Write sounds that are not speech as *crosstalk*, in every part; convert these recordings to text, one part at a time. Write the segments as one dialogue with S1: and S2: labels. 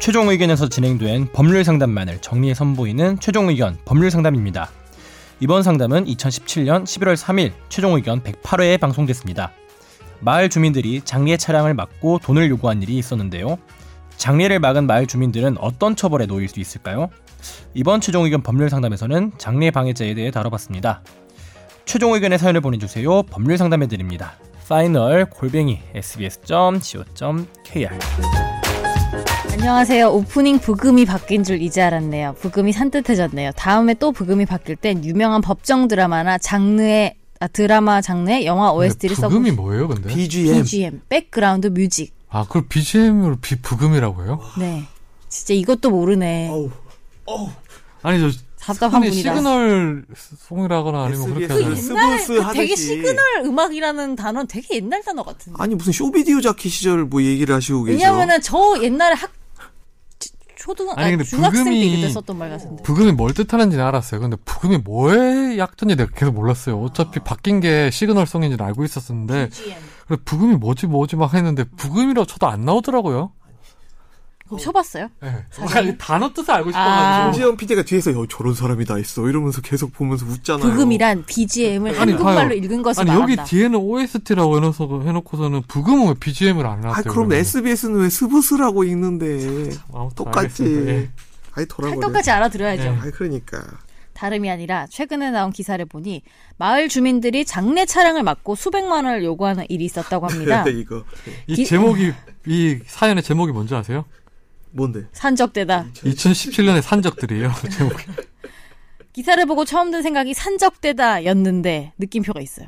S1: 최종 의견에서 진행된 법률 상담만을 정리해 선보이는 최종 의견 법률 상담입니다. 이번 상담은 2017년 11월 3일 최종 의견 108회에 방송됐습니다. 마을 주민들이 장례 차량을 막고 돈을 요구한 일이 있었는데요. 장례를 막은 마을 주민들은 어떤 처벌에 놓일 수 있을까요? 이번 최종 의견 법률 상담에서는 장례 방해죄에 대해 다뤄봤습니다. 최종 의견의 사연을 보내주세요. 법률 상담해드립니다. 파이널 골뱅이 sbs.co.kr
S2: 안녕하세요. 오프닝 부금이 바뀐 줄 이제 알았네요. 부금이 산뜻해졌네요. 다음에 또 부금이 바뀔 땐 유명한 법정 드라마나 장르의 아, 드라마 장르의 영화 OST를
S3: 근데
S2: 써보
S3: 네, 부금이 뭐예요, 근데?
S4: BGM.
S2: BGM, 백그라운드 뮤직.
S3: 아, 그걸 BGM으로 비, 부금이라고 해요?
S2: 네. 진짜 이것도 모르네.
S4: 어우, 어우.
S3: 아니, 저
S2: 답답한
S3: 흔히
S2: 분이다.
S3: 시그널 송이라거나 아니면 그렇게
S4: SBS 를
S3: 하잖아요.
S4: 스브스
S2: 그 되게
S4: 하듯이.
S2: 시그널 음악이라는 단어 는 되게 옛날 단어 같은데.
S4: 아니 무슨 쇼비디오 자켓 시절 뭐 얘기를 하시고 계셔.
S2: 왜냐면은 저 옛날에 학 초등
S3: 아니,
S2: 아니,
S3: 근데
S2: 중학생 때
S3: 부금이-
S2: 그때 썼던 말 같은데.
S3: 부금이 뭘 뜻하는지는 알았어요. 근데 부금이 뭐의 약자인지 내가 계속 몰랐어요.
S2: 아.
S3: 어차피 바뀐 게 시그널 송인지는 알고 있었는데
S2: BGM.
S3: 근데 부금이 뭐지 뭐지 막 했는데 부금이라고 쳐도 안 나오더라고요.
S2: 그거 쳐봤어요?
S3: 네.
S2: 사실-
S3: 단어 뜻을 알고
S2: 아.
S4: 지영 PD가 뒤에서 여 저런 사람이 다 있어 이러면서 계속 보면서 웃잖아요.
S2: 부금이란 BGM을
S3: 아니,
S2: 한국말로
S3: 봐요.
S2: 읽은 것을
S3: 아니
S2: 말한다.
S3: 여기 뒤에는 OST라고 해놓고서, 해놓고서는 부금은 왜 BGM을 안
S4: 아
S3: 나왔어요?
S4: 그럼
S3: 그러면?
S4: SBS는 왜 스브스라고 읽는데
S3: 아무튼
S4: 똑같지.
S3: 알겠습니다. 예.
S4: 아이 돌아버려.
S2: 찰떡같이 알아들어야죠.
S3: 네.
S4: 아이 그러니까.
S2: 다름이 아니라 최근에 나온 기사를 보니 마을 주민들이 장례 차량을 막고 수백만 원을 요구하는 일이 있었다고
S4: *laughs*
S2: 합니다.
S4: 이거
S3: 이
S2: 기-
S3: 제목이 이 사연의 제목이 뭔지 아세요?
S4: 뭔데?
S2: 산적대다.
S3: 2017년의 *laughs* 산적들이에요. 제목.
S2: 기사를 보고 처음 든 생각이 산적대다였는데 느낌표가 있어요.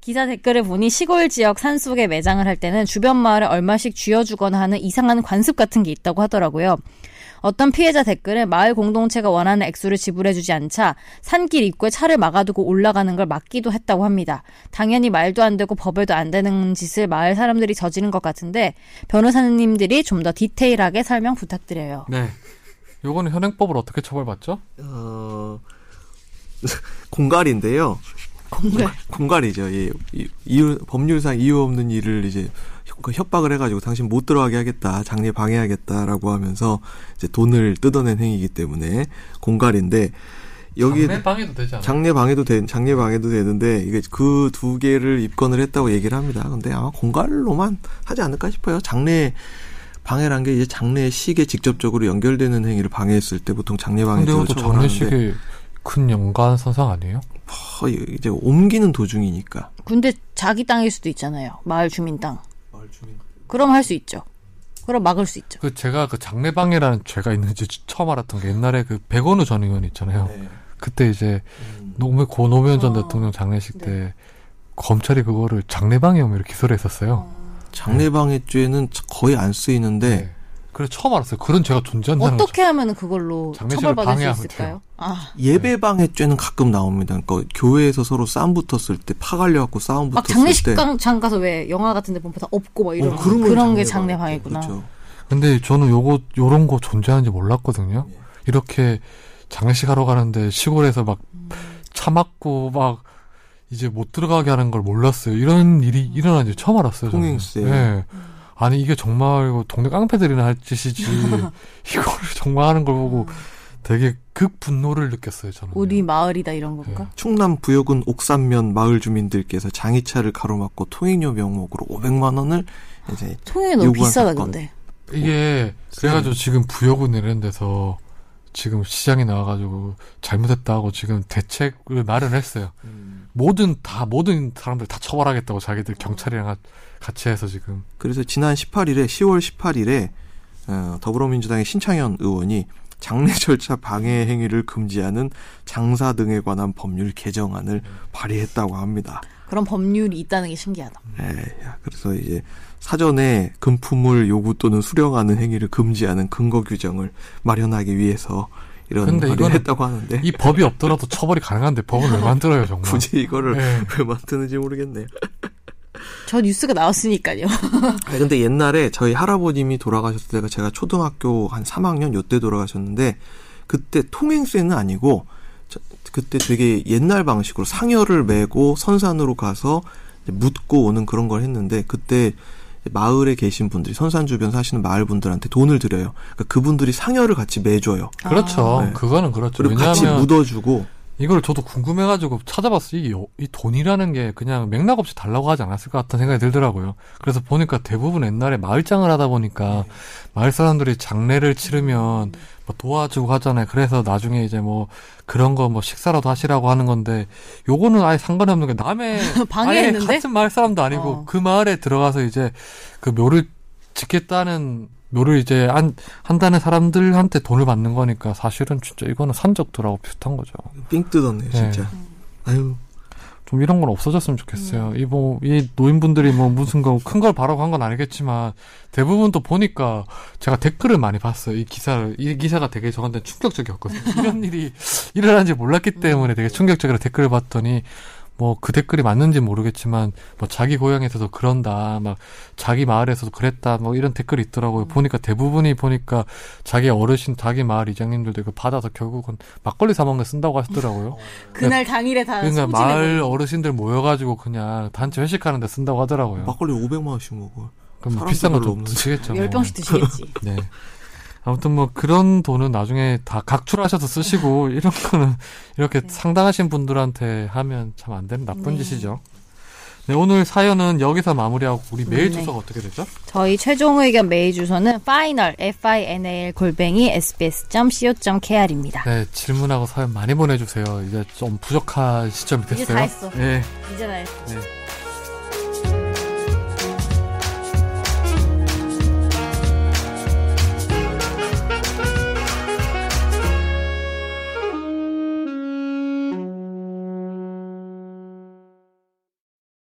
S2: 기사 댓글을 보니 시골 지역 산속에 매장을 할 때는 주변 마을에 얼마씩 쥐어주거나 하는 이상한 관습 같은 게 있다고 하더라고요. 어떤 피해자 댓글은 마을 공동체가 원하는 액수를 지불해주지 않자 산길 입구에 차를 막아두고 올라가는 걸 막기도 했다고 합니다. 당연히 말도 안 되고 법에도 안 되는 짓을 마을 사람들이 저지른 것 같은데 변호사님들이 좀 더 디테일하게 설명 부탁드려요.
S3: 네. 요거는 현행법을 어떻게 처벌받죠?
S4: 어 *laughs* 공갈인데요.
S2: 공갈.
S4: 공갈이죠. 예. 이- 이유, 법률상 이유 없는 일을 이제 그 협- 협박을 해가지고 당신 못 들어가게 하겠다, 장례 방해하겠다라고 하면서 이제 돈을 뜯어낸 행위이기 때문에 공갈인데 여기
S3: 방해도 되지 않아요?
S4: 장례 방해도 된 장례 방해도 되는데 이게 그 두 개를 입건을 했다고 얘기를 합니다. 근데 아마 공갈로만 하지 않을까 싶어요. 장례 방해란 게 이제 장례식에 직접적으로 연결되는 행위를 방해했을 때 보통 장례
S3: 근데
S4: 방해죄로
S3: 이것도
S4: 처벌하는데
S3: 장례식에 큰 연관선상 아니에요?
S4: 어, 이제 옮기는 도중이니까
S2: 근데 자기 땅일 수도 있잖아요. 마을 주민 땅. 그럼 할 수 있죠. 그럼 막을 수 있죠.
S3: 그 제가 그 장례방해라는 죄가 있는지 처음 알았던 게 옛날에 그 백원우 전 의원 있잖아요.
S4: 네.
S2: 네.
S3: 그때 이제
S4: 음,
S3: 노무 고 노무현 전
S2: 어.
S3: 대통령 장례식 때 검찰이 그거를 장례방해 혐의로 기소를 했었어요.
S4: 장례 방해죄는 거의 안 쓰이는데
S3: 네. 그래서 처음 알았어요. 그런 죄가 존재한다는 거죠.
S2: 어떻게 하면 그걸로
S3: 장례식을
S2: 처벌받을 수
S3: 방해하면
S2: 있을까요? 아,
S4: 예배 방해죄는 가끔 나옵니다. 그러니까 교회에서 서로 싸움 붙었을 때 파갈려 갖고 싸움
S2: 막
S4: 붙었을 때
S2: 장례식장 장 가서 왜 영화 같은 데 보면 다 업고 막 이런
S4: 어,
S2: 그런,
S4: 건
S2: 게
S4: 장례
S2: 장례방이구나.
S4: 방해죄. 그렇죠.
S3: 근데 저는 요거 요런 거 존재하는지 몰랐거든요.
S4: 예.
S3: 이렇게 장례식 하러 가는데 시골에서
S4: 음.
S3: 막 차 막고 막 이제 못 들어가게 하는 걸 몰랐어요. 이런 일이 일어난지 처음 알았어요. 저는.
S4: 통행세. 음.
S3: 예. 아니 이게 정말 이거 동네 깡패들이나 할
S4: *laughs*
S3: 짓이지 이거를 정말 하는 걸 보고
S4: 음.
S3: 되게 극 분노를 느꼈어요. 저는.
S2: 우리 마을이다 이런
S3: 네.
S2: 건가?
S4: 충남 부여군 옥산면 마을 주민들께서 장의차를 가로막고 통행료 명목으로 500만 원을 이제
S2: 통영이 너무
S4: 요구한
S2: 비싸다
S4: 사건.
S2: 근데.
S3: 이게
S4: 음.
S3: 그래가지고
S4: 네.
S3: 지금 부여군 이런 데서 지금 시장에 나와가지고 잘못했다고 지금 대책을 마련했어요. 모든 다 모든 사람들 다 처벌하겠다고 자기들 경찰이랑 하- 같이 해서 지금
S4: 그래서 지난 18일에 10월 18일에 더불어민주당의 신창현 의원이 장례 *laughs* 절차 방해 행위를 금지하는 장사 등에 관한 법률 개정안을 발의했다고 합니다.
S2: 그런 법률이 있다는 게 신기하다.
S4: 예, 야, 그래서 이제 사전에 금품을 요구 또는 수령하는 행위를 금지하는 근거 규정을 마련하기 위해서 이런
S3: 근데
S4: 발의를
S3: 이거는
S4: 했다고 하는데
S3: 이 법이 없더라도 처벌이 가능한데 법을 왜 만들어요 정말?
S4: *laughs* 굳이 이거를
S3: 예.
S4: *laughs* 왜 만드는지 모르겠네요.
S2: 저 뉴스가 나왔으니까요. *laughs*
S4: 아 근데 옛날에 저희 할아버님이 돌아가셨을 때가 제가 초등학교 한 3학년 요때 돌아가셨는데 그때 통행세는 아니고 저- 그때 되게 옛날 방식으로 상여를 메고 선산으로 가서 이제 묻고 오는 그런 걸 했는데 그때 마을에 계신 분들이 선산 주변 사시는 마을 분들한테 돈을 드려요. 그러니까 그분들이 상여를 같이 매줘요.
S3: 그렇죠.
S4: 아. 네.
S3: 그거는 그렇죠.
S4: 그리고 같이
S3: 왜냐하면
S4: 묻어주고
S3: 이걸 저도 궁금해가지고 찾아봤어요. 이, 여- 이 돈이라는 게 그냥 맥락 없이 달라고 하지 않았을 것 같다는 생각이 들더라고요. 그래서 보니까 대부분 옛날에 마을장을 하다 보니까 마을 사람들이 장례를 치르면 뭐 도와주고 하잖아요. 그래서 나중에 이제 뭐 그런 거 뭐 식사라도 하시라고 하는 건데 요거는 아예 상관없는 게 남의
S2: 방해했는데?
S3: 아예 같은 마을 사람도 아니고
S2: 어.
S3: 그 마을에 들어가서 이제 그 묘를 짓겠다는 묘를 이제 한, 한다는 사람들한테 돈을 받는 거니까 사실은 진짜 이거는 산적도라고 비슷한 거죠.
S4: 삥 뜯었네 진짜. 아유
S3: 좀 이런 건 없어졌으면 좋겠어요. 이 뭐, 이 노인분들이 뭐 무슨 거 큰 걸 바라고 한 건 아니겠지만 대부분 또 보니까 제가 댓글을 많이 봤어요. 이 기사를. 이 기사가 되게 저한테 충격적이었거든요. 이런 일이 일어난지 몰랐기 때문에 되게 충격적으로 댓글을 봤더니 뭐 그 댓글이 맞는지 모르겠지만 뭐 자기 고향에서도 그런다 막 자기 마을에서도 그랬다 뭐 이런 댓글이 있더라고요 보니까 대부분이 보니까 자기 어르신 자기 마을 이장님들도 이거 받아서 결국은 막걸리 사 먹는 데 쓴다고 하시더라고요
S2: 그날 당일에 다 소진해.
S3: 그러니까 마을 어르신들 모여가지고 그냥 단체 회식하는 데 쓴다고 하더라고요.
S4: 막걸리 500만 원씩 먹어.
S3: 그럼 뭐
S4: 사람도
S3: 비싼
S4: 별로
S3: 거좀
S4: 없는데.
S3: 드시겠죠. 뭐.
S2: 열 병씩
S3: *laughs*
S2: 드시겠지.
S3: 네. 아무튼 뭐 그런 돈은 나중에 다
S2: *laughs*
S3: 각출하셔서 쓰시고 이런 거는 이렇게 상당하신 분들한테 하면 참 안 되는 나쁜
S2: 네.
S3: 짓이죠. 네, 오늘 사연은 여기서 마무리하고 우리 메일
S2: 네.
S3: 주소가 어떻게 되죠?
S2: 저희 최종 의견 메일 주소는 final f i n a l 골뱅이 s b s c o k r입니다.
S3: 네, 질문하고 사연 많이 보내주세요. 이제 좀 부족한 시점이
S2: 이제
S3: 네, 됐어요.
S2: 다 했어.
S3: 네.
S2: 이제 나
S3: 네.